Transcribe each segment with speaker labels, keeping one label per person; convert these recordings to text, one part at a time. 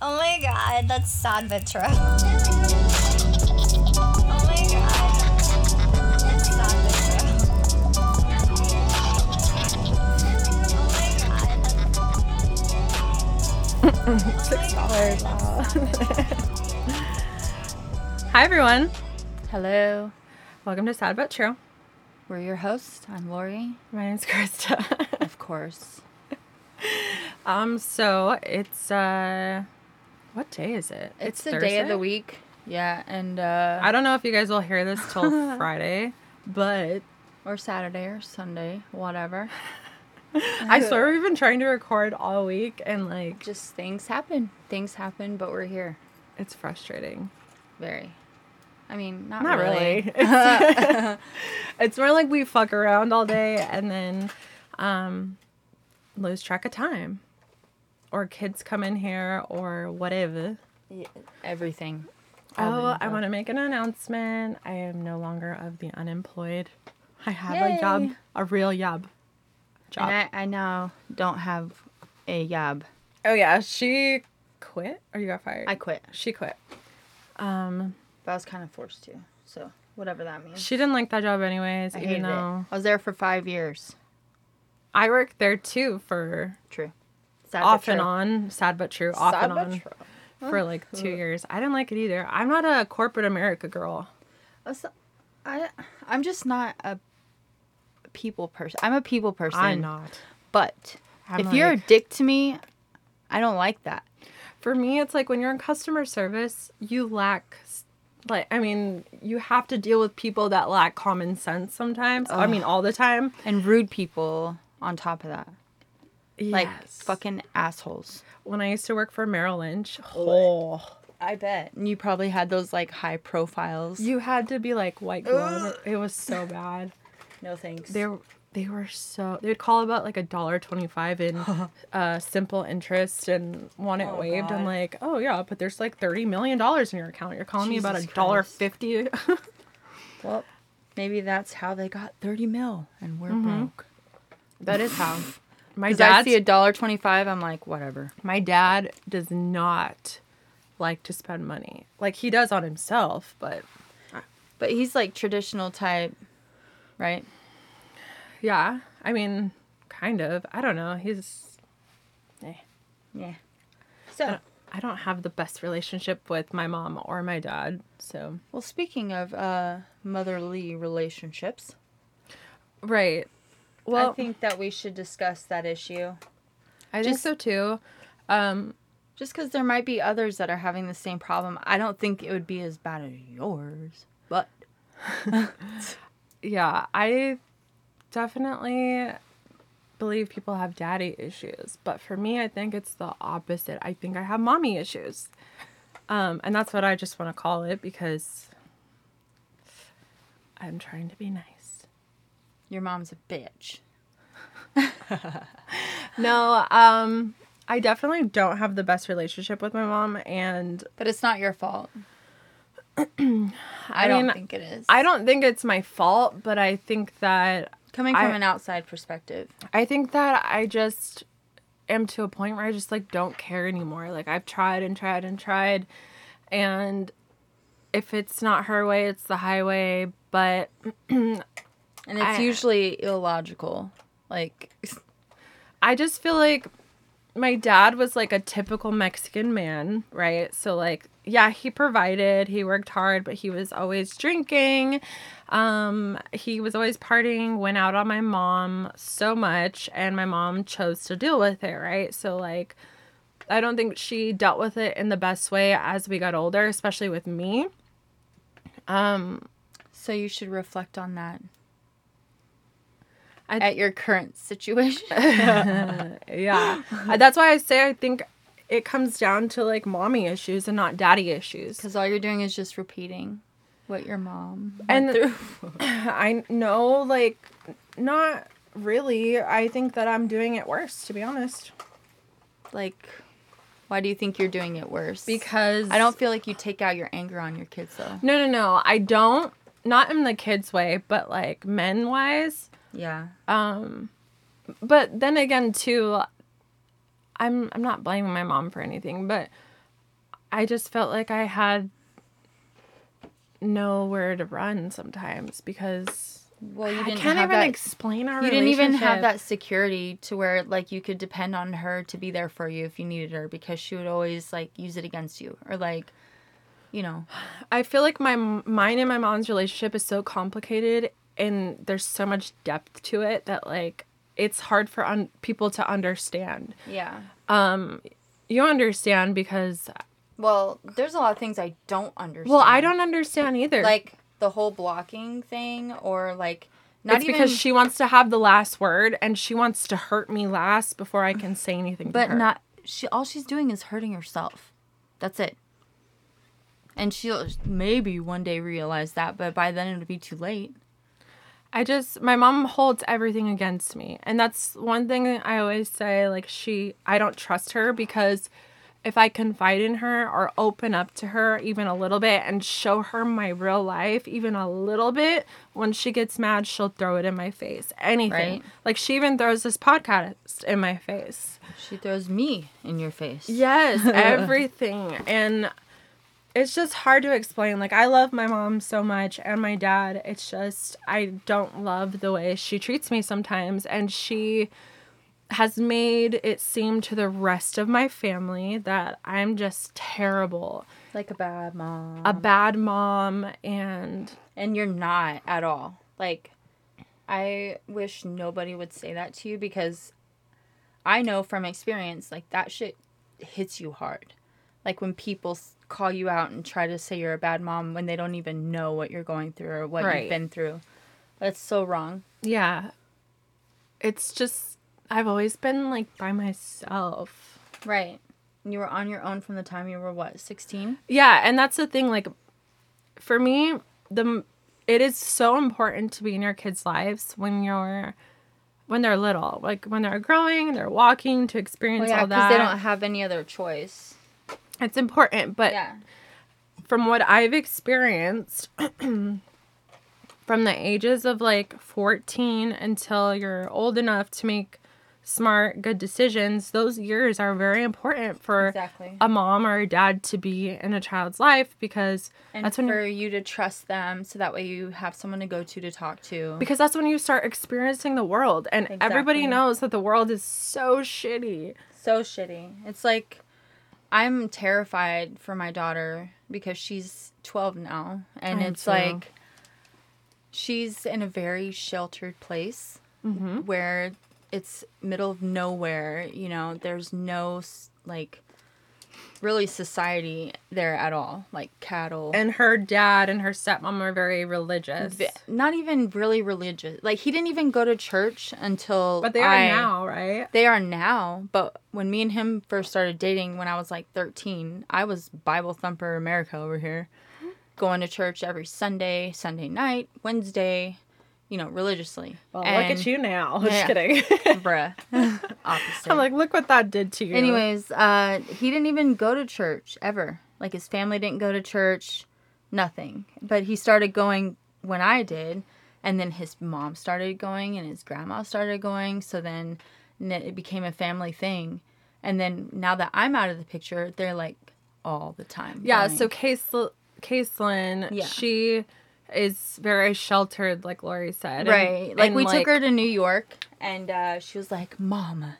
Speaker 1: Oh my god, that's sad but true. Oh my god. That's sad but true. Oh my god. Oh
Speaker 2: Six dollars. Wow. Hi everyone.
Speaker 3: Hello,
Speaker 2: Welcome to Sad But True.
Speaker 3: we're your hosts. I'm Lori,
Speaker 2: My name's Krista.
Speaker 3: of course.
Speaker 2: um, so it's uh what day is it?
Speaker 3: It's, the day of the week. Yeah, and uh,
Speaker 2: I don't know if you guys will hear this till Friday, but
Speaker 3: or Saturday or Sunday, whatever.
Speaker 2: I swear we've been trying to record all week and like
Speaker 3: Just things happen. Things happen, but we're here.
Speaker 2: it's frustrating.
Speaker 3: Very. I mean, not,
Speaker 2: Not
Speaker 3: really.
Speaker 2: really. it's more like we fuck around all day and then um, lose track of time. Or kids come in here or whatever.
Speaker 3: Everything.
Speaker 2: Oh, I want to make an announcement. I am no longer of the unemployed. I have a job,
Speaker 3: Yay.
Speaker 2: a real job. Job.
Speaker 3: And I, I now don't have a job.
Speaker 2: oh yeah, she quit or you got fired.
Speaker 3: I quit,
Speaker 2: She quit. Um,
Speaker 3: but I was kind of forced to. So whatever that means.
Speaker 2: she didn't like that job anyways,
Speaker 3: I
Speaker 2: even
Speaker 3: hated
Speaker 2: though
Speaker 3: it. I was there for five years.
Speaker 2: I worked there too for
Speaker 3: True. Sad but
Speaker 2: off and
Speaker 3: true.
Speaker 2: on, sad but true, off
Speaker 3: Sad
Speaker 2: and
Speaker 3: but
Speaker 2: on
Speaker 3: true.
Speaker 2: for like two years. I didn't like it either. I'm not a corporate America girl.
Speaker 3: That's- I I'm just not a people person. I'm a people person.
Speaker 2: not.
Speaker 3: But
Speaker 2: I'm
Speaker 3: if you're a
Speaker 2: like-
Speaker 3: dick to me, I don't like that.
Speaker 2: For me, it's like when you're in customer service, you lack, s- like, I mean, you have to deal with people that lack common sense sometimes. I mean, all the time.
Speaker 3: And rude people on top of that. Like
Speaker 2: Yes.
Speaker 3: fucking assholes.
Speaker 2: When I used to work for Merrill Lynch, oh,
Speaker 3: I bet. And you probably had those like high profiles.
Speaker 2: you had to be like white glove. It was so bad.
Speaker 3: no thanks.
Speaker 2: they were- they were so they would call about like a dollar twenty five in uh, simple interest and want it waived. I'm
Speaker 3: God.
Speaker 2: like, oh yeah, but there's like thirty million dollars in your account. You're calling me about a
Speaker 3: Jesus
Speaker 2: dollar
Speaker 3: Christ.
Speaker 2: fifty.
Speaker 3: well, maybe that's how they got 30 mil and we're broke.
Speaker 2: that is how. My
Speaker 3: Because I
Speaker 2: dad,
Speaker 3: see a dollar 25, I'm like, whatever.
Speaker 2: my dad does not like to spend money. Like he does on himself, but
Speaker 3: But he's like traditional type, right?
Speaker 2: yeah, I mean, kind of. I don't know. He's, eh.
Speaker 3: Yeah. So,
Speaker 2: I don't have the best relationship with my mom or my dad, so.
Speaker 3: well, speaking of uh, motherly relationships,
Speaker 2: Right. Well,
Speaker 3: I think that we should discuss that issue.
Speaker 2: I
Speaker 3: Just-
Speaker 2: think so too. Um,
Speaker 3: Just because there might be others that are having the same problem, I don't think it would be as bad as yours. But
Speaker 2: yeah, I definitely believe people have daddy issues, but for me, I think it's the opposite. I think I have mommy issues, um, and that's what I just want to call it because I'm trying to be nice.
Speaker 3: your mom's a bitch.
Speaker 2: No, um, I definitely don't have the best relationship with my mom, and
Speaker 3: But it's not your fault. I, don't
Speaker 2: mean,
Speaker 3: think it is.
Speaker 2: I don't think it's my fault, but I think that
Speaker 3: Coming from
Speaker 2: I-
Speaker 3: an outside perspective,
Speaker 2: I think that I just am to a point where I just like don't care anymore. Like I've tried and tried and tried and if it's not her way, it's the highway, but
Speaker 3: and it's
Speaker 2: I-
Speaker 3: usually illogical. Like,
Speaker 2: I just feel like my dad was like a typical Mexican man, right? So like yeah, he provided, he worked hard, but he was always drinking. Um he was always partying, went out on my mom so much and my mom chose to deal with it, right? So like I don't think she dealt with it in the best way as we got older, especially with me.
Speaker 3: so you should reflect on that
Speaker 2: I-
Speaker 3: at your current situation.
Speaker 2: Yeah. Uh, That's why I say I think it comes down to like mommy issues and not daddy issues.
Speaker 3: Because all you're doing is just repeating what your mom
Speaker 2: And-
Speaker 3: and through.
Speaker 2: I know, like, not really. I think that I'm doing it worse, to be honest.
Speaker 3: like, why do you think you're doing it worse?
Speaker 2: Because
Speaker 3: I don't feel like you take out your anger on your kids though.
Speaker 2: No, no, no. I don't. Not in the kids' way, but like men wise.
Speaker 3: Yeah.
Speaker 2: But then again, too, I'm I'm not blaming my mom for anything, but I just felt like I had nowhere to run sometimes because
Speaker 3: Well, you
Speaker 2: I
Speaker 3: didn't
Speaker 2: can't
Speaker 3: have
Speaker 2: even
Speaker 3: that.
Speaker 2: explain our
Speaker 3: you didn't even have
Speaker 2: relationship.
Speaker 3: that security to where like you could depend on her to be there for you if you needed her because she would always like use it against you or like, you know.
Speaker 2: I feel like my mine and my mom's relationship is so complicated and there's so much depth to it that like it's hard for un- people to understand.
Speaker 3: Yeah.
Speaker 2: You understand because
Speaker 3: Well, there's a lot of things I don't understand.
Speaker 2: well, I don't understand either.
Speaker 3: like the whole blocking thing or like not
Speaker 2: it's
Speaker 3: even
Speaker 2: because she wants to have the last word and she wants to hurt me last before I can say anything. to
Speaker 3: but
Speaker 2: her.
Speaker 3: not she all she's doing is hurting herself. That's it. And she'll maybe one day realize that, but by then it'll be too late.
Speaker 2: I just my mom holds everything against me. And that's one thing I always say like she I don't trust her because if I confide in her or open up to her even a little bit and show her my real life even a little bit, when she gets mad, she'll throw it in my face. Anything.
Speaker 3: Right.
Speaker 2: Like she even throws this podcast in my face.
Speaker 3: She throws me in your face.
Speaker 2: Yes, everything. And it's just hard to explain. Like I love my mom so much and my dad. It's just I don't love the way she treats me sometimes and she has made it seem to the rest of my family that I'm just terrible.
Speaker 3: Like a bad mom.
Speaker 2: A bad mom and
Speaker 3: and you're not at all. Like, I wish nobody would say that to you because I know from experience, like, that shit hits you hard. Like, when people s- call you out and try to say you're a bad mom when they don't even know what you're going through or what
Speaker 2: Right.
Speaker 3: you've been through. That's so wrong.
Speaker 2: yeah. It's just I've always been like by myself.
Speaker 3: Right. You were on your own from the time you were what, 16?
Speaker 2: Yeah, and that's the thing. Like, for me, the it is so important to be in your kids' lives when you're when they're little, like when they're growing, they're walking to experience
Speaker 3: Well, Oh, yeah,
Speaker 2: all
Speaker 3: because
Speaker 2: that.
Speaker 3: they don't have any other choice.
Speaker 2: it's important, but
Speaker 3: Yeah.
Speaker 2: from what I've experienced, from the ages of like fourteen until you're old enough to make smart, good decisions, those years are very important for
Speaker 3: Exactly.
Speaker 2: a mom or a dad to be in a child's life because
Speaker 3: And
Speaker 2: that's when you're
Speaker 3: for you to trust them so that way you have someone to go to to talk to.
Speaker 2: because that's when you start experiencing the world and everybody
Speaker 3: Exactly.
Speaker 2: knows that the world is so shitty
Speaker 3: so shitty. It's like I'm terrified for my daughter because she's 12 now and
Speaker 2: I am
Speaker 3: it's
Speaker 2: too.
Speaker 3: like she's in a very sheltered place
Speaker 2: Mm-hmm.
Speaker 3: where it's middle of nowhere, you know, there's no s- like really society there at all, like cattle.
Speaker 2: and her dad and her stepmom are very religious
Speaker 3: v- not even really religious. Like he didn't even go to church until
Speaker 2: but they are
Speaker 3: I-
Speaker 2: now right
Speaker 3: They are now, but when me and him first started dating when I was like 13, I was Bible thumper America over here, going to church every Sunday, Sunday night, Wednesday, you know, religiously.
Speaker 2: well,
Speaker 3: And-
Speaker 2: look at you now
Speaker 3: Yeah.
Speaker 2: just kidding
Speaker 3: Bruh. Opposite.
Speaker 2: i'm like look what that did to you
Speaker 3: Anyways, uh, he didn't even go to church ever. Like his family didn't go to church, nothing. But he started going when I did, and then his mom started going and his grandma started going. So then n- it became a family thing. And then now that I'm out of the picture, they're like all the time.
Speaker 2: yeah
Speaker 3: going.
Speaker 2: so Caisl- Caitlin,
Speaker 3: Yeah.
Speaker 2: she is very sheltered like lori said and-
Speaker 3: Right. like
Speaker 2: and,
Speaker 3: we took her to New York and uh, she was like, Mama,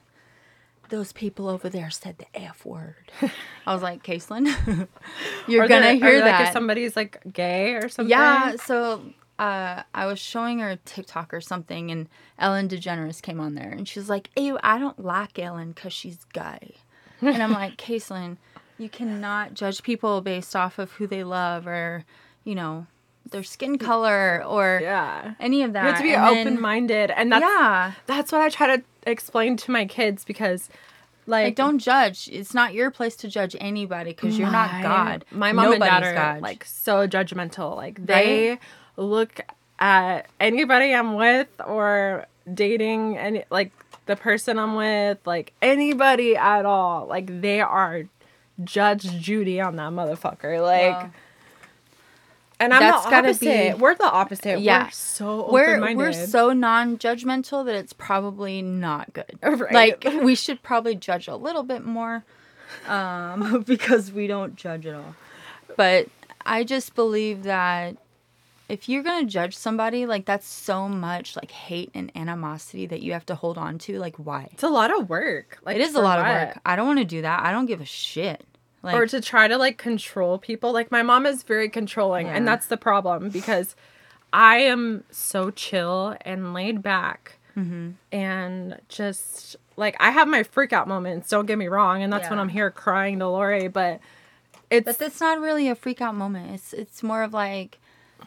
Speaker 3: those people over there said the F word. I was like, Caitlin, you're
Speaker 2: are
Speaker 3: gonna
Speaker 2: there- are
Speaker 3: hear
Speaker 2: there, like, if
Speaker 3: that.
Speaker 2: somebody's like gay or something
Speaker 3: yeah. So uh, I was showing her a TikTok or something and Ellen DeGeneres came on there and she was like, Ew, I don't like Ellen because she's gay. And I'm like, Caitlin, you cannot judge people based off of who they love or, you know, their skin color or
Speaker 2: yeah
Speaker 3: any of that.
Speaker 2: you have to be
Speaker 3: And then-
Speaker 2: open-minded and that's
Speaker 3: yeah.
Speaker 2: that's what I try to explain to my kids because, like,
Speaker 3: Like, don't judge. It's not your place to judge anybody because you're not
Speaker 2: my-
Speaker 3: God.
Speaker 2: My mom
Speaker 3: Nobody's
Speaker 2: and dad are like so judgmental. Like they
Speaker 3: Right?
Speaker 2: look at anybody I'm with or dating, and like the person I'm with, like anybody at all. Like they are Judge Judy on that motherfucker. Like.
Speaker 3: Wow.
Speaker 2: And I'm
Speaker 3: That's
Speaker 2: the
Speaker 3: gotta
Speaker 2: opposite.
Speaker 3: be-
Speaker 2: We're the opposite.
Speaker 3: Yeah.
Speaker 2: We're so
Speaker 3: we're
Speaker 2: open-minded.
Speaker 3: we're so non-judgmental that it's probably not good.
Speaker 2: Right.
Speaker 3: Like we should probably judge a little bit more, um, because we don't judge at all. But I just believe that if you're gonna judge somebody, like that's so much like hate and animosity that you have to hold on to. Like, why?
Speaker 2: It's a lot of work. Like
Speaker 3: It is a
Speaker 2: for
Speaker 3: lot of
Speaker 2: what?
Speaker 3: work. I don't want to do that. I don't give a shit. Like,
Speaker 2: or to try to like control people. Like my mom is very controlling, and
Speaker 3: Yeah.
Speaker 2: that's the problem because I am so chill and laid back,
Speaker 3: Mm-hmm.
Speaker 2: and just like I have my freak out moments. Don't get me wrong, and that's when
Speaker 3: Yeah.
Speaker 2: I'm here crying to Lori. But it's
Speaker 3: but that's not really a freak out moment. It's it's more of like,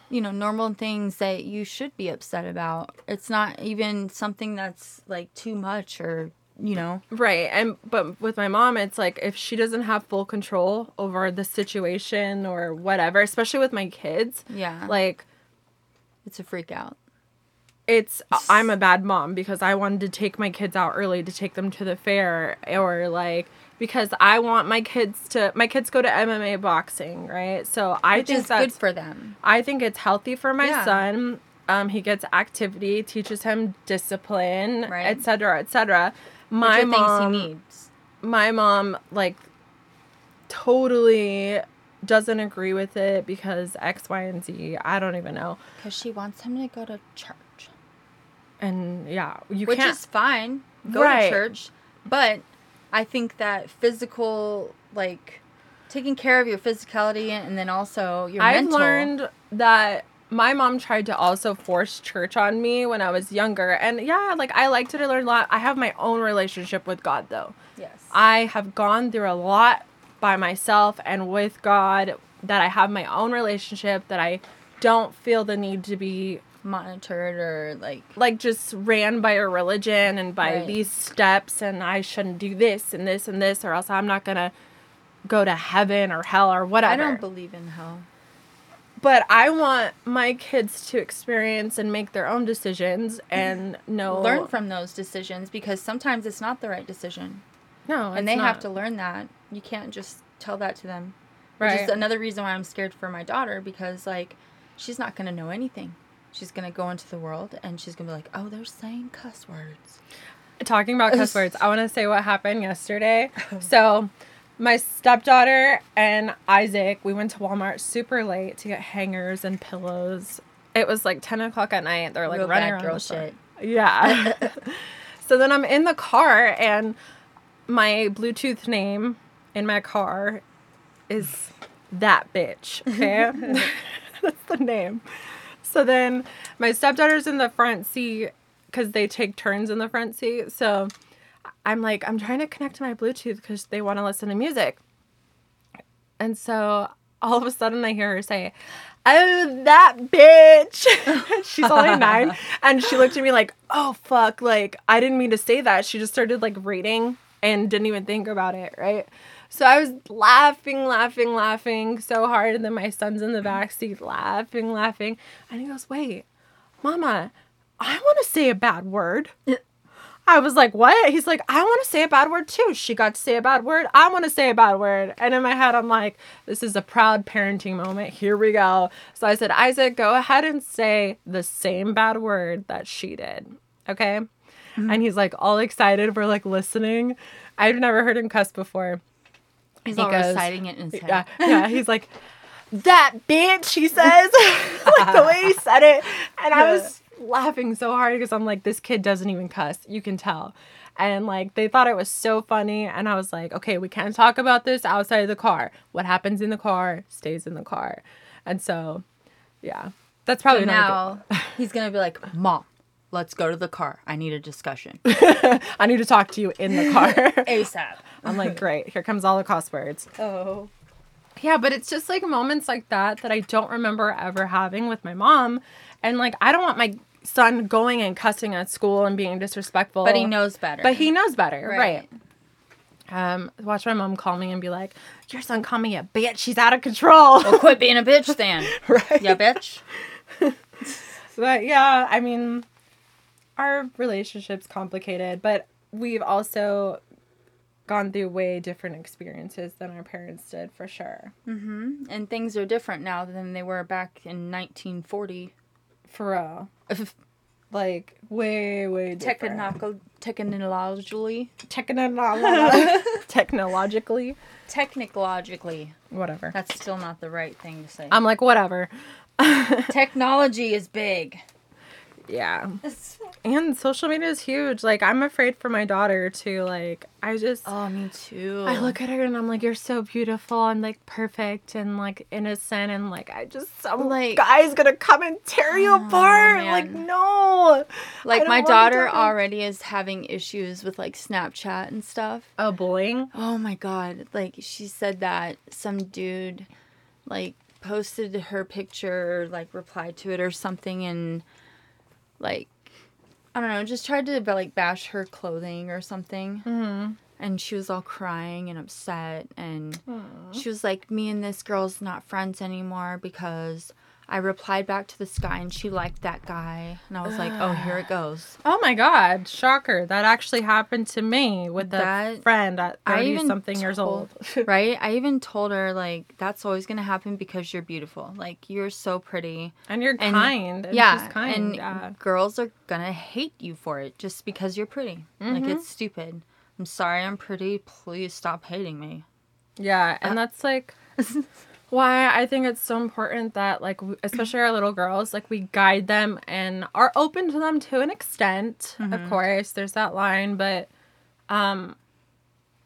Speaker 3: you know, normal things that you should be upset about. It's not even something that's like too much or you know.
Speaker 2: right, and but with my mom, it's like if she doesn't have full control over the situation or whatever, especially with my kids,
Speaker 3: Yeah. Like
Speaker 2: like
Speaker 3: it's a freak out.
Speaker 2: it's uh, I'm a bad mom because I wanted to take my kids out early to take them to the fair or like because I want my kids to my kids go to MMA boxing, right? So I
Speaker 3: Which
Speaker 2: think
Speaker 3: is
Speaker 2: that's
Speaker 3: good for them.
Speaker 2: I think it's healthy for my
Speaker 3: Yeah.
Speaker 2: son. Um, he gets activity, teaches him discipline,
Speaker 3: Right.
Speaker 2: et cetera, et cetera.
Speaker 3: Which
Speaker 2: My
Speaker 3: are
Speaker 2: mom,
Speaker 3: things he needs.
Speaker 2: my mom, like, totally doesn't agree with it because X, Y, and Z. I don't even know.
Speaker 3: Because she wants him to go to church.
Speaker 2: And yeah, you
Speaker 3: which
Speaker 2: can't.
Speaker 3: is fine. Go
Speaker 2: Right.
Speaker 3: to church, but I think that physical, like taking care of your physicality and then also your
Speaker 2: I've
Speaker 3: mental.
Speaker 2: learned that my mom tried to also force church on me when I was younger. And yeah, like I liked it. I learned a lot. I have my own relationship with God though.
Speaker 3: yes,
Speaker 2: I have gone through a lot by myself and with God that I have my own relationship that I don't feel the need to be
Speaker 3: monitored or like
Speaker 2: like just ran by a religion and by
Speaker 3: Right.
Speaker 2: these steps and I shouldn't do this and this and this or else I'm not going to go to heaven or hell or whatever
Speaker 3: I don't believe in hell.
Speaker 2: but I want my kids to experience and make their own decisions and know
Speaker 3: Learn from those decisions because sometimes it's not the right decision,
Speaker 2: no,
Speaker 3: and
Speaker 2: it's
Speaker 3: they have
Speaker 2: not.
Speaker 3: to learn that. You can't just tell that to them. Which
Speaker 2: right.
Speaker 3: is another reason why I'm scared for my daughter because like she's not gonna know anything. She's gonna go into the world and she's gonna be like, oh, they're saying cuss words.
Speaker 2: Talking about cuss words, I want to say what happened yesterday. so, my stepdaughter and Isaac, we went to Walmart super late to get hangers and pillows. It was like ten o'clock at night. They're like
Speaker 3: Real
Speaker 2: running
Speaker 3: bad
Speaker 2: around
Speaker 3: girl
Speaker 2: the store.
Speaker 3: shit.
Speaker 2: Yeah. so then I'm in the car and my Bluetooth name in my car is that bitch. Okay. That's the name. So then my stepdaughter's in the front seat because they take turns in the front seat. So I'm like, I'm trying to connect to my Bluetooth because they want to listen to music. And so all of a sudden I hear her say, Oh, that bitch. She's only nine. And she looked at me like, Oh, fuck. Like, I didn't mean to say that. She just started like reading and didn't even think about it. Right. So I was laughing, laughing, laughing so hard. And then my son's in the backseat laughing, laughing. And he goes, Wait, Mama, I want to say a bad word. I was like, what? He's like, I want to say a bad word too. She got to say a bad word. I want to say a bad word. And in my head, I'm like, this is a proud parenting moment. Here we go. So I said, Isaac, go ahead and say the same bad word that she did. Okay. And he's like, all excited. We're like listening. I've never heard him cuss before.
Speaker 3: He's
Speaker 2: He
Speaker 3: all
Speaker 2: goes,
Speaker 3: reciting it in his head.
Speaker 2: Yeah. Yeah. He's like, that bitch, he says, like the way he said it. And I was laughing so hard because I'm like, this kid doesn't even cuss. You can tell. And like, they thought it was so funny. And I was like, okay, we can't talk about this outside of the car. What happens in the car stays in the car. And so, yeah, that's
Speaker 3: So
Speaker 2: probably not.
Speaker 3: now he's gonna be like, Mom, let's go to the car. I need a discussion.
Speaker 2: a good- I need to talk to you in the car.
Speaker 3: ASAP.
Speaker 2: I'm like, great, here comes all the cuss words.
Speaker 3: Oh.
Speaker 2: Yeah, but it's just like moments like that that I don't remember ever having with my mom. And like, I don't want my son going and cussing at school and being disrespectful.
Speaker 3: But he knows better.
Speaker 2: But he knows better, right? Um, watch my mom call me and be like, "Your son called me a bitch. She's out of control."
Speaker 3: Well, quit being a bitch then.
Speaker 2: right.
Speaker 3: Yeah, bitch.
Speaker 2: But yeah, I mean, our relationship's complicated, but we've also gone through way different experiences than our parents did, for sure.
Speaker 3: And things are different now than they were back in 1940.
Speaker 2: For real. like way way different.
Speaker 3: Technical, technologically.
Speaker 2: technical technologically,
Speaker 3: Technologically,
Speaker 2: whatever.
Speaker 3: that's still not the right thing to say.
Speaker 2: I'm like, whatever.
Speaker 3: Technology is big.
Speaker 2: Yeah. And social media is huge. Like, I'm afraid for my daughter to, like, I just.
Speaker 3: Oh, me too.
Speaker 2: I look at her and I'm like, you're so beautiful and like perfect and like innocent and like I just some
Speaker 3: Like- Oh,
Speaker 2: guy's gonna come and tear you apart. Like
Speaker 3: man.
Speaker 2: no, I
Speaker 3: like
Speaker 2: don't
Speaker 3: my
Speaker 2: want
Speaker 3: daughter
Speaker 2: to-
Speaker 3: already is having issues with like Snapchat and stuff.
Speaker 2: Oh, bullying.
Speaker 3: Oh my god. Like she said that some dude like posted her picture or like replied to it or something and like I don't know, just tried to like bash her clothing or something.
Speaker 2: Mm-hmm.
Speaker 3: And she was all crying and upset and she was like me and this girl's not friends anymore because I replied back to this guy and she liked that guy and I was like, "Oh, here it goes."
Speaker 2: Oh my God! Shocker. That actually happened to me with a
Speaker 3: That-
Speaker 2: friend at
Speaker 3: I
Speaker 2: thirty
Speaker 3: even
Speaker 2: something years old.
Speaker 3: told- right? I even told her like that's always gonna happen because you're beautiful. Like you're so pretty.
Speaker 2: and you're
Speaker 3: And-
Speaker 2: kind. And
Speaker 3: yeah,
Speaker 2: she's kind. uh,
Speaker 3: and
Speaker 2: yeah.
Speaker 3: girls are gonna hate you for it just because you're pretty.
Speaker 2: Mm-hmm.
Speaker 3: Like it's stupid. I'm sorry, I'm pretty. Please stop hating me.
Speaker 2: Yeah, and
Speaker 3: uh,
Speaker 2: that's like why I think it's so important that like w- especially our little girls, like we guide them and are open to them to an extent.
Speaker 3: Mm-hmm.
Speaker 2: Of course, there's that line, but um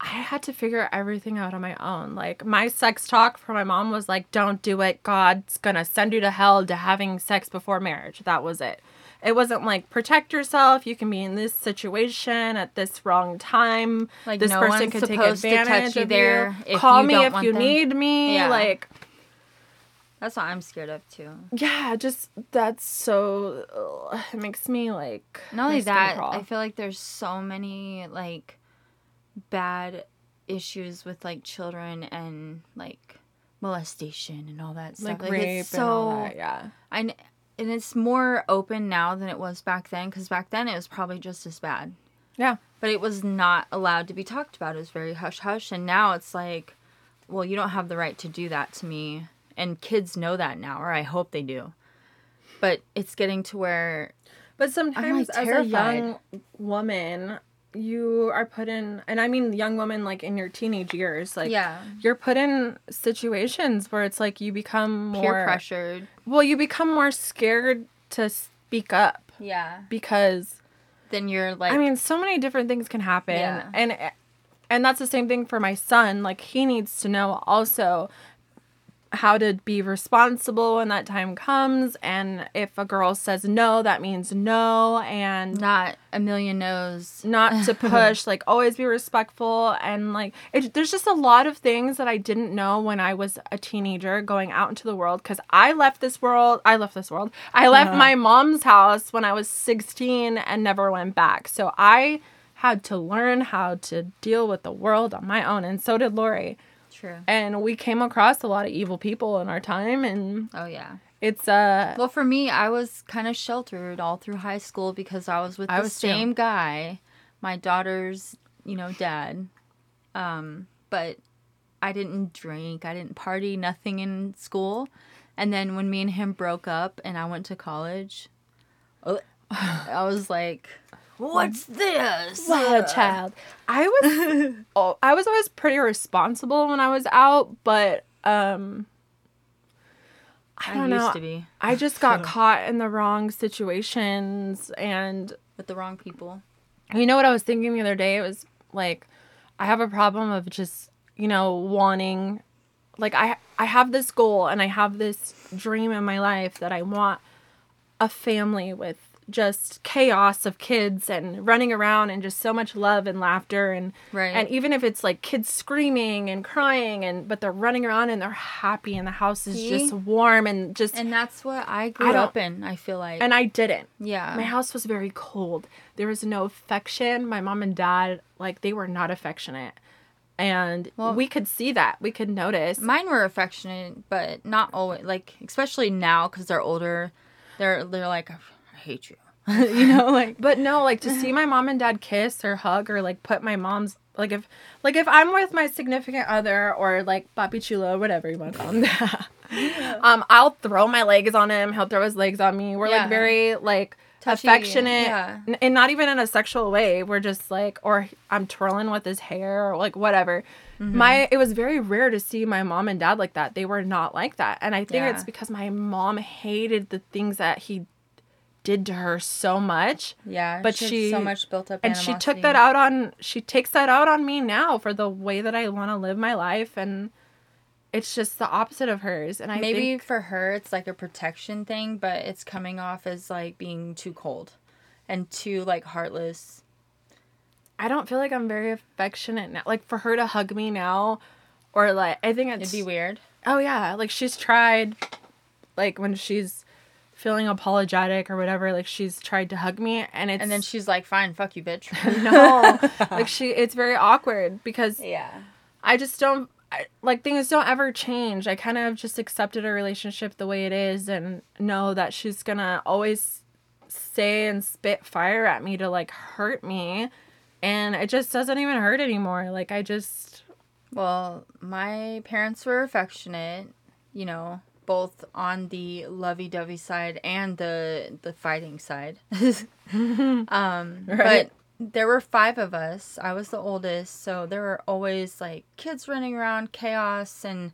Speaker 2: I had to figure everything out on my own. Like my sex talk for my mom was like don't do it. God's going to send you to hell to having sex before marriage. That was it. It wasn't like protect yourself. You can be in this situation at this wrong time.
Speaker 3: Like,
Speaker 2: this
Speaker 3: no
Speaker 2: person
Speaker 3: one's
Speaker 2: could take
Speaker 3: supposed to touch
Speaker 2: advantage
Speaker 3: you
Speaker 2: of
Speaker 3: there
Speaker 2: you.
Speaker 3: if
Speaker 2: Call
Speaker 3: you
Speaker 2: me
Speaker 3: don't
Speaker 2: if
Speaker 3: want
Speaker 2: you
Speaker 3: them."
Speaker 2: need me.
Speaker 3: Yeah.
Speaker 2: Like
Speaker 3: That's what I'm scared of too.
Speaker 2: yeah, just that's so ugh, it makes me like
Speaker 3: Not only
Speaker 2: my skin
Speaker 3: that,
Speaker 2: crawl.
Speaker 3: I feel like there's so many like bad issues with like children and like molestation and all that stuff.
Speaker 2: like, rape
Speaker 3: it's
Speaker 2: and all
Speaker 3: so
Speaker 2: that. Yeah,
Speaker 3: I kn- and it's more open now than it was back then because back then it was probably just as bad
Speaker 2: yeah,
Speaker 3: but it was not allowed to be talked about it was very hush hush and now it's like well you don't have the right to do that to me and kids know that now or i hope they do but it's getting to where
Speaker 2: but sometimes as a
Speaker 3: terrified.
Speaker 2: young woman, you are put in, and I mean young woman like in your teenage years, like
Speaker 3: yeah
Speaker 2: you're put in situations where it's like you become more
Speaker 3: peer pressured
Speaker 2: Well, you become more scared to speak up
Speaker 3: yeah
Speaker 2: because
Speaker 3: then you're like
Speaker 2: I mean, so many different things can happen,
Speaker 3: Yeah.
Speaker 2: and and that's the same thing for my son. Like he needs to know also how to be responsible when that time comes, and if a girl says no, that means no, and
Speaker 3: not a million no's
Speaker 2: not to push. like always be respectful, and like it, there's just a lot of things that I didn't know when I was a teenager going out into the world because I left this world. I left this world. I left my mom's house when I was 16 and never went back. So I had to learn how to deal with the world on my own, and so did Lori.
Speaker 3: true
Speaker 2: And we came across a lot of evil people in our time, and
Speaker 3: oh yeah
Speaker 2: it's uh
Speaker 3: Well, for me, I was kind of sheltered all through high school because I was with
Speaker 2: I
Speaker 3: the
Speaker 2: was too.
Speaker 3: same guy, my daughter's, you know, dad. Um, but I didn't drink, I didn't party, nothing in school. And then when me and him broke up and I went to college, oh, I was like, "What's this?"
Speaker 2: Wow, child. I was oh, I was always pretty responsible when I was out, but um I
Speaker 3: I,
Speaker 2: don't
Speaker 3: used
Speaker 2: know.
Speaker 3: to be
Speaker 2: I just got caught in the wrong situations and
Speaker 3: with the wrong people.
Speaker 2: you know what I was thinking the other day? It was like I have a problem of just, you know, wanting like I I have this goal and I have this dream in my life that I want a family with just chaos of kids and running around and just so much love and laughter and
Speaker 3: Right.
Speaker 2: and even if it's like kids screaming and crying and but they're running around and they're happy and the house is
Speaker 3: See?
Speaker 2: just warm and just
Speaker 3: And that's what I grew
Speaker 2: don't-
Speaker 3: up in. I feel like,
Speaker 2: and I didn't.
Speaker 3: yeah,
Speaker 2: My house was very cold. There was no affection. My mom and dad, like, they were not affectionate. And
Speaker 3: Well-
Speaker 2: we could see that. We could notice.
Speaker 3: Mine were affectionate, but not always. Like especially now because they're older, they're they're like, I hate you. you know, like
Speaker 2: but no, like to see my mom and dad kiss or hug or like put my mom's like if like if I'm with my significant other or like Papi Chulo, whatever you want to call him, um, I'll throw my legs on him. He'll throw his legs on me. We're
Speaker 3: Yeah.
Speaker 2: like very like
Speaker 3: Touchy,
Speaker 2: affectionate
Speaker 3: yeah.
Speaker 2: n- and not even in a sexual way we're just like or i'm twirling with his hair or like whatever
Speaker 3: Mm-hmm.
Speaker 2: my it was very rare to see my mom and dad like that they were not like that and i think
Speaker 3: Yeah.
Speaker 2: it's because my mom hated the things that he did to her so much
Speaker 3: Yeah,
Speaker 2: But
Speaker 3: she, had
Speaker 2: she-
Speaker 3: so much built up,
Speaker 2: and she took
Speaker 3: animosity.
Speaker 2: that out on she takes that out on me now for the way that i want to live my life and it's just the opposite of hers and i
Speaker 3: Maybe
Speaker 2: think
Speaker 3: for her, it's like a protection thing, but it's coming off as like being too cold and too like heartless.
Speaker 2: i don't feel like i'm very affectionate now like for her to hug me now or like i think it's
Speaker 3: It'd be weird.
Speaker 2: Oh yeah, like she's tried like when she's feeling apologetic or whatever, like she's tried to hug me and it's
Speaker 3: And then she's like, "Fine, fuck you, bitch."
Speaker 2: no. like she it's very awkward because
Speaker 3: yeah.
Speaker 2: I just don't I, like things don't ever change. I kind of just accepted our relationship the way it is and know that she's going to always say and spit fire at me to like hurt me and it just doesn't even hurt anymore. Like I just
Speaker 3: Well, my parents were affectionate, you know, both on the lovey-dovey side and the the fighting side. um,
Speaker 2: Right.
Speaker 3: but there were 5 of us. I was the oldest, so there were always like kids running around, chaos and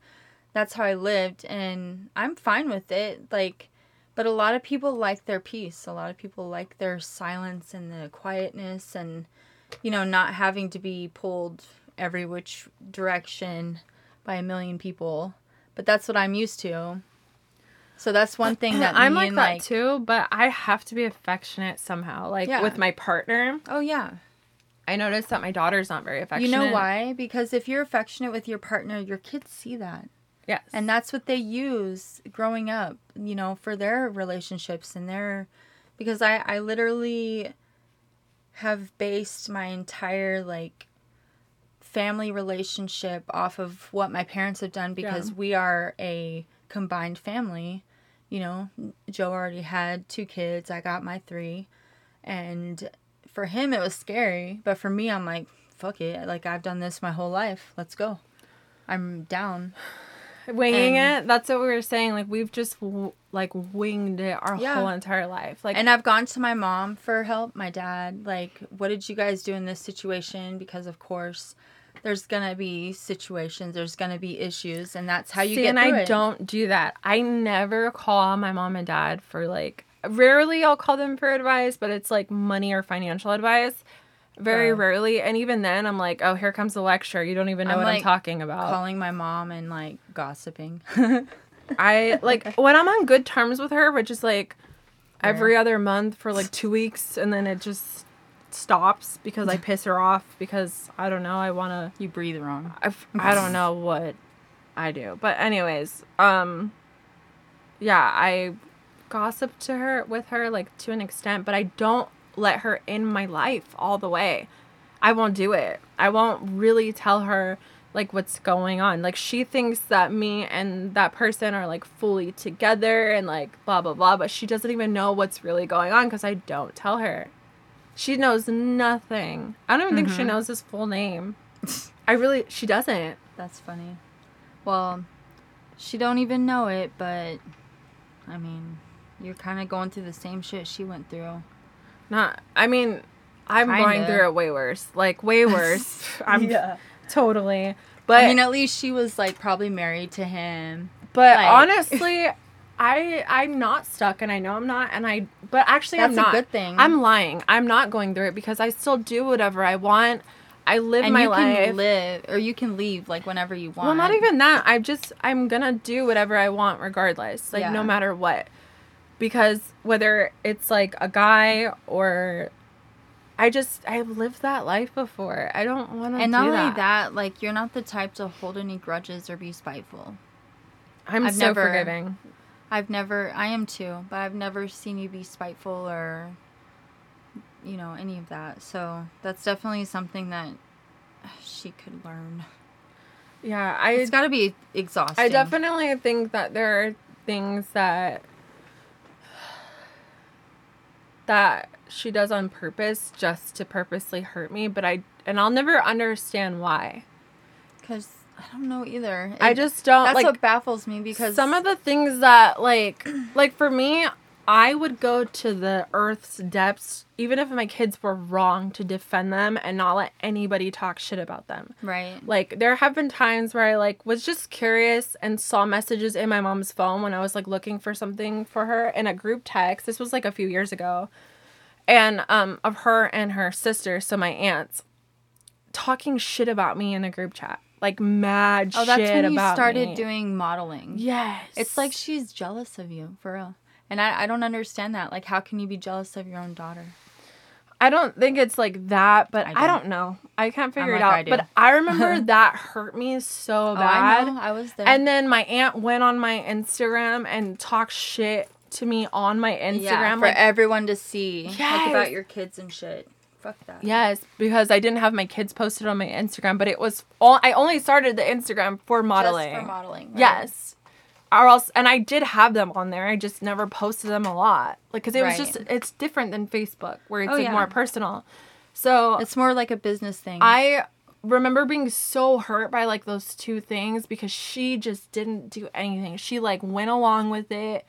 Speaker 3: that's how I lived and I'm fine with it. Like but a lot of people like their peace. A lot of people like their silence and the quietness and you know, not having to be pulled every which direction by a million people. But that's what I'm used to. So that's one thing that
Speaker 2: I'm
Speaker 3: me
Speaker 2: like that
Speaker 3: and, like
Speaker 2: too, but I have to be affectionate somehow. Like
Speaker 3: Yeah.
Speaker 2: with my partner,
Speaker 3: Oh yeah.
Speaker 2: I noticed that my daughter's not very
Speaker 3: You
Speaker 2: affectionate.
Speaker 3: know why? Because if you're affectionate with your partner, your kids see that.
Speaker 2: Yes.
Speaker 3: And that's what they use growing up, you know, for their relationships and their because I I literally have based my entire like family relationship off of what my parents have done because we are a combined family. You know, Joe already had two kids. I got my three. And for him, it was scary. But for me, I'm like, fuck it. Like, I've done this my whole life. Let's go. I'm down.
Speaker 2: winging it. That's what we were saying. Like we've just w- like winged it our
Speaker 3: Yeah.
Speaker 2: whole entire life. Like
Speaker 3: And I've gone to my mom for help, my dad. Like, what did you guys do in this situation? Because, of course, there's going to be situations, there's going to be issues, and that's how you
Speaker 2: see,
Speaker 3: get
Speaker 2: and
Speaker 3: through
Speaker 2: I
Speaker 3: it.
Speaker 2: don't do that. I never call my mom and dad for like. Rarely I'll call them for advice, but it's like money or financial advice. Very
Speaker 3: Yeah.
Speaker 2: rarely, and even then, I'm like, oh, here comes the lecture. You don't even know
Speaker 3: I'm,
Speaker 2: what I'm
Speaker 3: like,
Speaker 2: talking about.
Speaker 3: Calling my mom and like gossiping.
Speaker 2: I like when I'm on good terms with her, which is like every other month for like two weeks, and then it just stops because I piss her off because I don't know. I want
Speaker 3: you breathe wrong.
Speaker 2: to. I don't know what I do, but anyways, um, yeah, I gossip to her with her like to an extent, but I don't let her in my life all the way. I won't do it. I won't really tell her like what's going on. Like she thinks that me and that person are like fully together and like blah blah blah, but she doesn't even know what's really going on cuz I don't tell her. She knows nothing. I don't even think she knows his full name. I really she doesn't.
Speaker 3: That's funny. Well, she don't even know it, but I mean, you're kind of going through the same shit she went through.
Speaker 2: Not I mean I'm going
Speaker 3: Kinda.
Speaker 2: through it way worse. Like way worse. I'm totally. But
Speaker 3: I mean, at least she was like probably married to him.
Speaker 2: But
Speaker 3: Like-
Speaker 2: honestly, I I'm not stuck, and I know I'm not, and I but actually I'm
Speaker 3: That's a
Speaker 2: not.
Speaker 3: good thing.
Speaker 2: I'm lying. I'm not going through it because I still do whatever I want. I live
Speaker 3: and
Speaker 2: my
Speaker 3: you
Speaker 2: life.
Speaker 3: can live or you can leave like whenever you want.
Speaker 2: well, not even that. I just I'm gonna do whatever I want regardless, like
Speaker 3: Yeah.
Speaker 2: no matter what, because whether it's like a guy or. I just I've lived that life before. I don't want to.
Speaker 3: And not only that, like you're not the type to hold any grudges or be spiteful.
Speaker 2: I'm
Speaker 3: I've
Speaker 2: so
Speaker 3: never-
Speaker 2: forgiving.
Speaker 3: I've never I am too, but I've never seen you be spiteful or you know, any of that. So that's definitely something that she could learn.
Speaker 2: Yeah, I
Speaker 3: It's got to be exhausting.
Speaker 2: I definitely think that there are things that that she does on purpose just to purposely hurt me, but I and I'll never understand why.
Speaker 3: because I don't know either.
Speaker 2: I
Speaker 3: It-
Speaker 2: just don't
Speaker 3: that's
Speaker 2: like
Speaker 3: what baffles me because
Speaker 2: some of the things that like like for me I would go to the earth's depths, even if my kids were wrong, to defend them and not let anybody talk shit about them.
Speaker 3: Right.
Speaker 2: Like there have been times where I like was just curious and saw messages in my mom's phone when I was like looking for something for her in a group text. This was like a few years ago. And um of her and her sister, so my aunts, talking shit about me in a group chat. Like mad
Speaker 3: Oh, that's
Speaker 2: shit
Speaker 3: when you
Speaker 2: about
Speaker 3: started
Speaker 2: me.
Speaker 3: doing modeling.
Speaker 2: Yes.
Speaker 3: It's like she's jealous of you, for real. And I, I don't understand that. Like, how can you be jealous of your own daughter?
Speaker 2: I don't think it's like that, but I
Speaker 3: I
Speaker 2: don't,
Speaker 3: don't.
Speaker 2: know. I can't figure
Speaker 3: like,
Speaker 2: it out.
Speaker 3: I do.
Speaker 2: but I remember that hurt me so
Speaker 3: Oh, I
Speaker 2: bad.
Speaker 3: know. I was there.
Speaker 2: and then my aunt went on my Instagram and talked shit to me on my Instagram.
Speaker 3: yeah, for
Speaker 2: like,
Speaker 3: everyone to see,
Speaker 2: Yes.
Speaker 3: like about your kids and shit. Fuck that.
Speaker 2: yes, because I didn't have my kids posted on my Instagram, but it was all I only started the Instagram for modeling.
Speaker 3: Just for modeling. right?
Speaker 2: Yes. Or else, and I did have them on there. I just never posted them a lot, like because it was
Speaker 3: Right.
Speaker 2: just it's different than Facebook, where it's
Speaker 3: Oh,
Speaker 2: like
Speaker 3: yeah.
Speaker 2: more personal. So
Speaker 3: It's more like a business thing.
Speaker 2: I remember being so hurt by like those two things because she just didn't do anything. She like went along with it.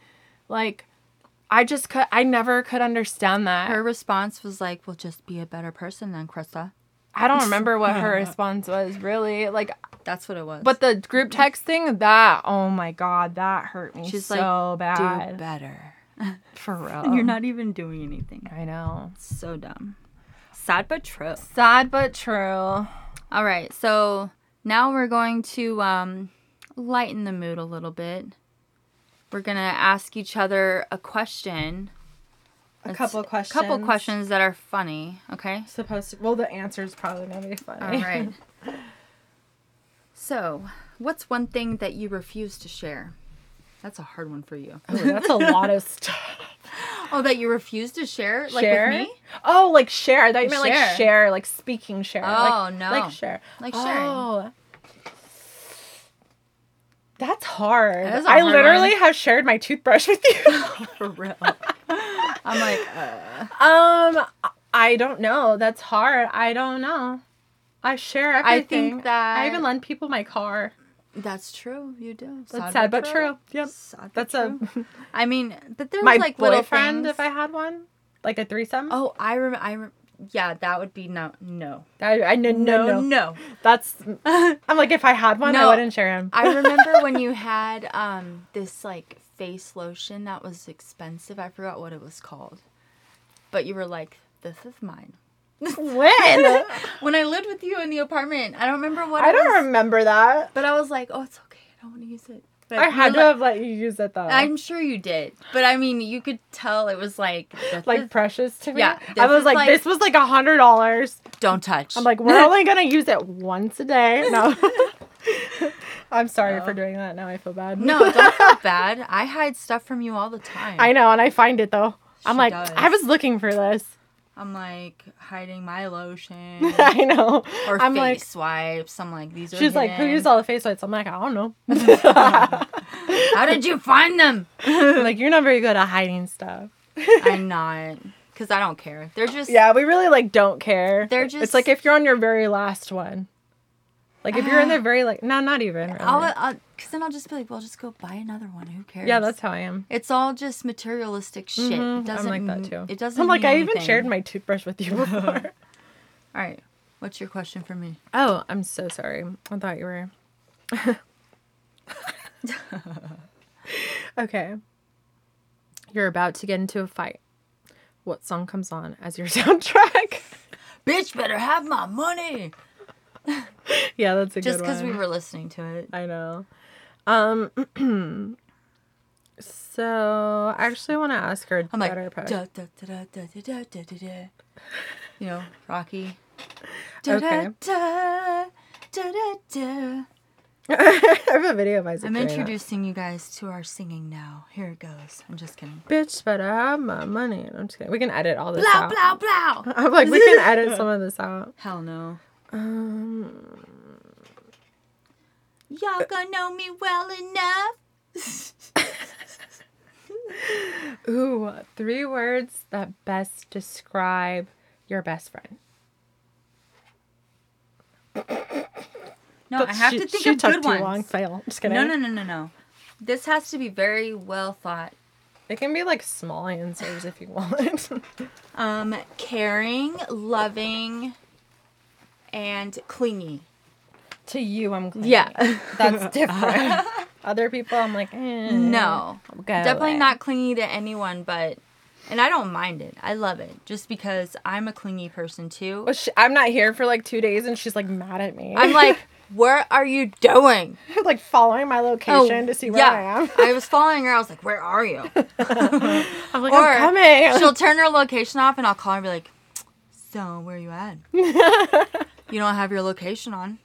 Speaker 2: Like I just could I never could understand that.
Speaker 3: Her response was like, "Well, just be a better person then, Krista."
Speaker 2: I don't remember what her response was really. Like
Speaker 3: That's what it was.
Speaker 2: but the group text thing that oh my god, that hurt me
Speaker 3: She's like,
Speaker 2: so bad.
Speaker 3: do better.
Speaker 2: For real.
Speaker 3: And you're not even doing anything.
Speaker 2: I know.
Speaker 3: So dumb. Sad but true.
Speaker 2: Sad but true.
Speaker 3: All right, so now we're going to um, lighten the mood a little bit. We're gonna ask each other a question.
Speaker 2: A couple questions.
Speaker 3: Couple questions that are funny. Okay.
Speaker 2: Supposed to, well, the answer's probably gonna be funny.
Speaker 3: All right. so, what's one thing that you refuse to share? That's a hard one for you.
Speaker 2: Ooh, that's a lot of stuff.
Speaker 3: Oh, that you refuse to share, like
Speaker 2: share?
Speaker 3: with me?
Speaker 2: Oh, like share. I thought you meant
Speaker 3: Share.
Speaker 2: like share, like speaking share.
Speaker 3: Oh,
Speaker 2: like,
Speaker 3: no.
Speaker 2: like share,
Speaker 3: Like sharing.
Speaker 2: oh. That's hard.
Speaker 3: That is a
Speaker 2: I
Speaker 3: hard
Speaker 2: literally
Speaker 3: one.
Speaker 2: have shared my toothbrush with you.
Speaker 3: For real. I'm like, uh,
Speaker 2: um, I don't know. That's hard. I don't know. I share
Speaker 3: I think
Speaker 2: everything.
Speaker 3: that-
Speaker 2: I even lend people my car.
Speaker 3: that's true. You do.
Speaker 2: That's sad but true. Yep.
Speaker 3: Sad but
Speaker 2: That's a
Speaker 3: true. I mean, but there's
Speaker 2: my
Speaker 3: like little
Speaker 2: boyfriend
Speaker 3: things.
Speaker 2: if I had one, like a threesome.
Speaker 3: Oh, I remember. I rem- yeah, that would be no, no,
Speaker 2: I, I no, no, no,
Speaker 3: no.
Speaker 2: That's I'm like if I had one, I
Speaker 3: No.
Speaker 2: wouldn't share him.
Speaker 3: I remember when you had um this like face lotion that was expensive. I forgot what it was called, but you were like, "This is mine."
Speaker 2: when.
Speaker 3: When I lived with you in the apartment, I don't remember what
Speaker 2: I
Speaker 3: it
Speaker 2: don't
Speaker 3: was,
Speaker 2: remember that.
Speaker 3: but I was like, "Oh, it's okay. I don't want to use it." But
Speaker 2: I
Speaker 3: you
Speaker 2: had
Speaker 3: were
Speaker 2: to
Speaker 3: like-
Speaker 2: have let you use it though.
Speaker 3: I'm sure you did, but I mean, you could tell it was like, "This
Speaker 2: like
Speaker 3: is-
Speaker 2: precious to me.
Speaker 3: Yeah,
Speaker 2: I
Speaker 3: this
Speaker 2: was
Speaker 3: is
Speaker 2: like,
Speaker 3: like-
Speaker 2: this was like a hundred dollars.
Speaker 3: don't touch."
Speaker 2: I'm like, we're only gonna use it once a day. No. I'm sorry for doing that. Now I feel bad.
Speaker 3: "No, don't feel bad. I hide stuff from you all the time."
Speaker 2: I know, and I find it though. I'm
Speaker 3: She
Speaker 2: like,
Speaker 3: does.
Speaker 2: I was looking for this.
Speaker 3: I'm like hiding my lotion
Speaker 2: I know.
Speaker 3: or
Speaker 2: I'm
Speaker 3: face
Speaker 2: like,
Speaker 3: swipes. I'm like these are.
Speaker 2: she's like, who
Speaker 3: hidden.
Speaker 2: used all the face lights? I'm like, I don't know. I'm
Speaker 3: How did you find them?
Speaker 2: like, you're not very good at hiding stuff.
Speaker 3: I'm not, cause I don't care. They're just
Speaker 2: Yeah, we really like don't care.
Speaker 3: They're
Speaker 2: It's
Speaker 3: just-
Speaker 2: like if you're on your very last one. Like if you're in the very like no, not even. Really.
Speaker 3: I'll, I'll, cause then I'll just be like, well, just go buy another one. Who cares?
Speaker 2: yeah, that's how I am.
Speaker 3: It's all just materialistic shit.
Speaker 2: Mhm,
Speaker 3: It doesn't
Speaker 2: I'm like that
Speaker 3: m-
Speaker 2: too.
Speaker 3: It doesn't.
Speaker 2: I'm like
Speaker 3: mean
Speaker 2: I even
Speaker 3: anything.
Speaker 2: shared my toothbrush with you before.
Speaker 3: All right. What's your question for me?
Speaker 2: oh, I'm so sorry. I thought you were. okay. You're about to get into a fight. What song comes on as your soundtrack?
Speaker 3: Bitch, better have my money.
Speaker 2: yeah, that's a
Speaker 3: Just
Speaker 2: good
Speaker 3: because
Speaker 2: one.
Speaker 3: we were listening to it.
Speaker 2: I know. Um so I actually want to ask her
Speaker 3: I'm like,
Speaker 2: better approach.
Speaker 3: da, da, da, da, da, da, da, da, da, da. you know, Rocky. Da, da,
Speaker 2: Okay.
Speaker 3: da, da, da, da.
Speaker 2: I have a video of Isaac.
Speaker 3: I'm
Speaker 2: doing that.
Speaker 3: introducing you guys to our singing now. Here it goes. I'm just kidding.
Speaker 2: Bitch, better have my money. I'm just kidding. We can edit all this
Speaker 3: Blah,
Speaker 2: out.
Speaker 3: blah, blah.
Speaker 2: I'm like, we can edit some of this out.
Speaker 3: Hell no.
Speaker 2: Um,
Speaker 3: Y'all gonna know me well enough.
Speaker 2: ooh, three words that best describe your best friend.
Speaker 3: no,
Speaker 2: But
Speaker 3: Oh, I have
Speaker 2: she-
Speaker 3: to think
Speaker 2: she
Speaker 3: of
Speaker 2: took
Speaker 3: good
Speaker 2: too long.
Speaker 3: ones.
Speaker 2: Fail. I'm just kidding.
Speaker 3: No, no, no, no, no. This has to be very well thought
Speaker 2: It can be like small answers if you want.
Speaker 3: Um, caring, loving, and clingy.
Speaker 2: to you, I'm clingy.
Speaker 3: Yeah.
Speaker 2: That's different. Other people, I'm like, eh,
Speaker 3: No.
Speaker 2: go
Speaker 3: Definitely
Speaker 2: away.
Speaker 3: not clingy to anyone, but and I don't mind it. I love it just because I'm a clingy person too.
Speaker 2: Well, she, I'm not here for like two days, and she's like mad at me.
Speaker 3: I'm like, "Where are you going?"
Speaker 2: like following my
Speaker 3: oh,
Speaker 2: location to see where I am.
Speaker 3: I was following her. I was like, "Where are you?"
Speaker 2: I'm like,
Speaker 3: Or
Speaker 2: I'm coming.
Speaker 3: She'll turn her location off, and I'll call her and be like, "So, where you at? you don't have your location on."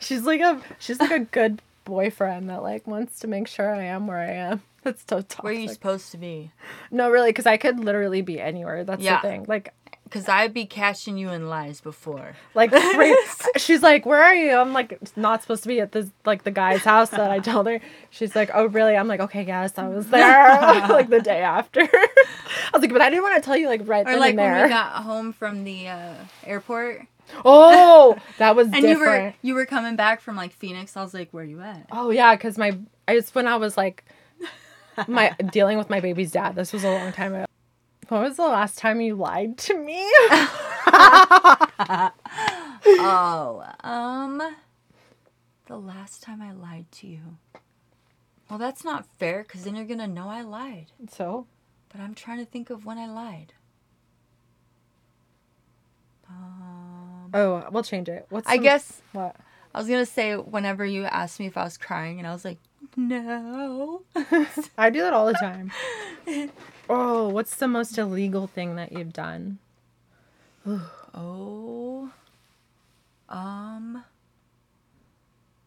Speaker 2: she's like a she's like a good boyfriend that like wants to make sure I am where I am. That's so toxic.
Speaker 3: Where are you supposed to be?
Speaker 2: no, really, because I could literally be anywhere. That's
Speaker 3: Yeah.
Speaker 2: the thing. Like,
Speaker 3: Because I'd be catching you in lies before.
Speaker 2: like three- she's like, "Where are you?" I'm like, "Not supposed to be at this like the guy's house that I told her." She's like, "Oh, really?" I'm like, "Okay, yes, I was there." like the day after, I was like, "But I didn't want to tell you like right
Speaker 3: Or
Speaker 2: then
Speaker 3: like
Speaker 2: and
Speaker 3: when
Speaker 2: there."
Speaker 3: we got home from the uh, airport,
Speaker 2: oh, that was
Speaker 3: and
Speaker 2: different.
Speaker 3: you were you were coming back from like Phoenix. I was like, "Where you at?"
Speaker 2: Oh yeah, because my it's when I was like my dealing with my baby's dad. This was a long time ago. When was the last time you lied to me?
Speaker 3: Oh, um, the last time I lied to you. Well, that's not fair, because then you're gonna know I lied.
Speaker 2: so
Speaker 3: But I'm trying to think of when I lied. Um,
Speaker 2: oh we'll change it. What's
Speaker 3: I
Speaker 2: the-
Speaker 3: guess
Speaker 2: what?
Speaker 3: I was gonna say whenever you asked me if I was crying, and I was like, no.
Speaker 2: I do that all the time. oh, what's the most illegal thing that you've done?
Speaker 3: Oh, um,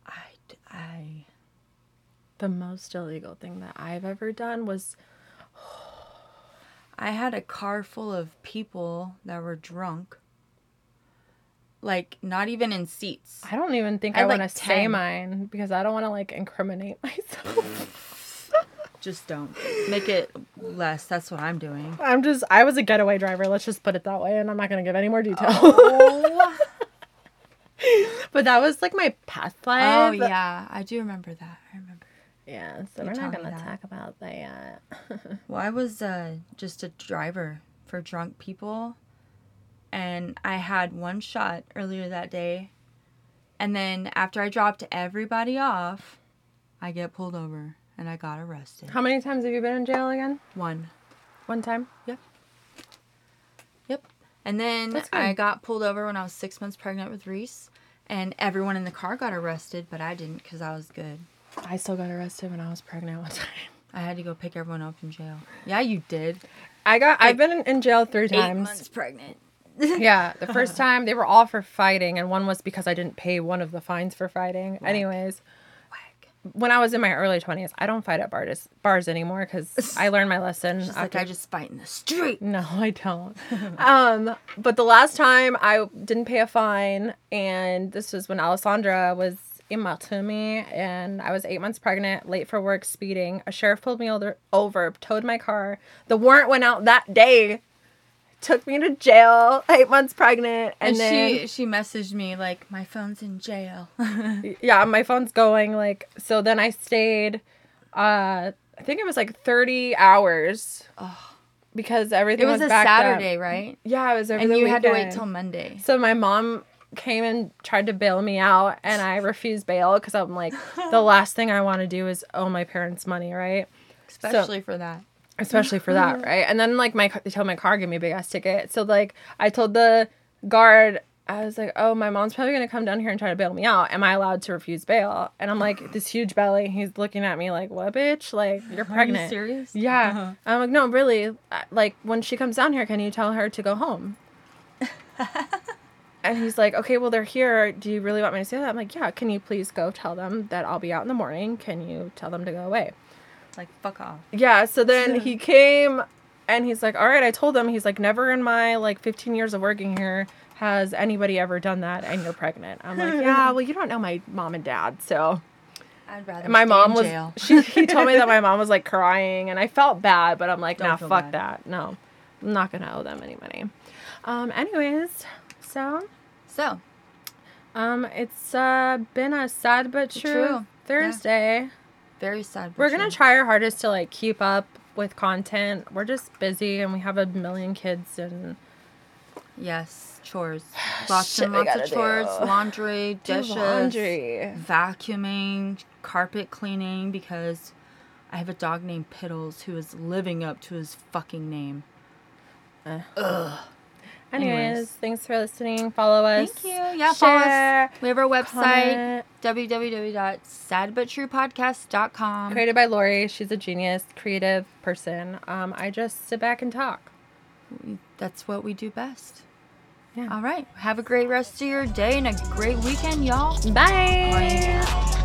Speaker 3: I, d- I-
Speaker 2: The most illegal thing that I've ever done was
Speaker 3: I had a car full of people that were drunk. Like not even in seats.
Speaker 2: I don't even think
Speaker 3: I
Speaker 2: I,
Speaker 3: had, like,
Speaker 2: want to say
Speaker 3: 10.
Speaker 2: mine because I don't want to like incriminate myself.
Speaker 3: Just don't make it less. That's what I'm doing.
Speaker 2: I'm just I was a getaway driver. Let's just put it that way, and I'm not gonna give any more detail.
Speaker 3: Oh,
Speaker 2: But that was like my past life.
Speaker 3: oh yeah, I do remember that. I remember.
Speaker 2: Yeah, so
Speaker 3: You
Speaker 2: we're
Speaker 3: told
Speaker 2: not
Speaker 3: me
Speaker 2: gonna
Speaker 3: that.
Speaker 2: talk about that.
Speaker 3: Well, I was uh, just a driver for drunk people, and I had one shot earlier that day, and then after I dropped everybody off, I get pulled over and I got arrested.
Speaker 2: How many times have you been in jail again?
Speaker 3: One.
Speaker 2: One time.
Speaker 3: Yep. And then
Speaker 2: That's good.
Speaker 3: I got pulled over when I was six months pregnant with Reese, and everyone in the car got arrested, but I didn't because I was good.
Speaker 2: I still got arrested when I was pregnant one time.
Speaker 3: I had to go pick everyone up in jail. Yeah, you did.
Speaker 2: I got. I've been in, in jail three
Speaker 3: Eight
Speaker 2: times.
Speaker 3: months pregnant.
Speaker 2: Yeah, the first time they were all for fighting, and one was because I didn't pay one of the fines for fighting. Anyways,
Speaker 3: Whack.
Speaker 2: when I was in my early twenties, I don't fight at bars bars anymore because I learned my lesson.
Speaker 3: It's like I Mm. just fight in the street.
Speaker 2: No, I don't. um, but the last time I didn't pay a fine, and this was when Alessandra was in Matumi, and I was eight months pregnant, late for work, speeding. A sheriff pulled me over, over, towed my car. The warrant went out that day. Took me to jail, eight months pregnant, and,
Speaker 3: And,
Speaker 2: then
Speaker 3: she she messaged me like my phone's in jail.
Speaker 2: yeah, my phone's going. Like so, then I stayed. Uh, I think it was like thirty hours. Because everything
Speaker 3: it was a
Speaker 2: backed up.
Speaker 3: Saturday, right?
Speaker 2: Yeah, it was over
Speaker 3: And
Speaker 2: the
Speaker 3: you had to wait
Speaker 2: weekend.
Speaker 3: till Monday.
Speaker 2: So my mom came and tried to bail me out, and I refused bail because I'm like, the last thing I want to do is owe my parents money, right?
Speaker 3: Especially for that.
Speaker 2: Especially for that, right? And then like my they told my car gave me a big ass ticket, so like I told the guard. I was like, oh, my mom's probably gonna come down here and try to bail me out. Am I allowed to refuse bail? And I'm like, this huge belly. He's looking at me like, what, bitch? Like, you're pregnant.
Speaker 3: Are you serious?
Speaker 2: Yeah.
Speaker 3: Uh-huh.
Speaker 2: I'm like, no, really. uh, Like, when she comes down here, can you tell her to go home? and he's like, okay, well, they're here. Do you really want me to say that? I'm like, yeah, can you please go tell them that I'll be out in the morning? Can you tell them to go away?
Speaker 3: Like fuck off.
Speaker 2: Yeah. So then he came and he's like, all right, I told them. He's like, never in my like 15 years of working here has anybody ever done that and you're pregnant. I'm like, yeah, well, you don't know my mom and dad. So
Speaker 3: I'd rather
Speaker 2: my
Speaker 3: stay
Speaker 2: mom
Speaker 3: in
Speaker 2: was
Speaker 3: jail.
Speaker 2: she he told me that my mom was like crying and I felt bad, but I'm like,
Speaker 3: Don't
Speaker 2: nah,
Speaker 3: feel
Speaker 2: fuck
Speaker 3: bad.
Speaker 2: that. No. I'm not gonna owe them any money. Um anyways, so
Speaker 3: So
Speaker 2: um it's uh been a sad but true,
Speaker 3: True.
Speaker 2: Thursday.
Speaker 3: very sad. but
Speaker 2: We're gonna
Speaker 3: true.
Speaker 2: try our hardest to like keep up with content. We're just busy and we have a million kids and
Speaker 3: Yes, chores. Lots
Speaker 2: Shit
Speaker 3: and
Speaker 2: we
Speaker 3: lots of
Speaker 2: gotta
Speaker 3: chores.
Speaker 2: do.
Speaker 3: Laundry, dishes,
Speaker 2: laundry.
Speaker 3: vacuuming, carpet cleaning because I have a dog named Piddles who is living up to his fucking name.
Speaker 2: Anyways,
Speaker 3: Anyways.
Speaker 2: thanks for listening. Follow us.
Speaker 3: Thank you. Yeah, follow
Speaker 2: Share.
Speaker 3: us. We have our website
Speaker 2: comment.
Speaker 3: www.sadbuttruepodcast.com.
Speaker 2: Created by Lori. She's a genius, creative person. Um, I just sit back and talk.
Speaker 3: That's what we do best.
Speaker 2: Yeah.
Speaker 3: All right. Have a great rest of your day and a great weekend, y'all.
Speaker 2: Bye.
Speaker 3: Bye.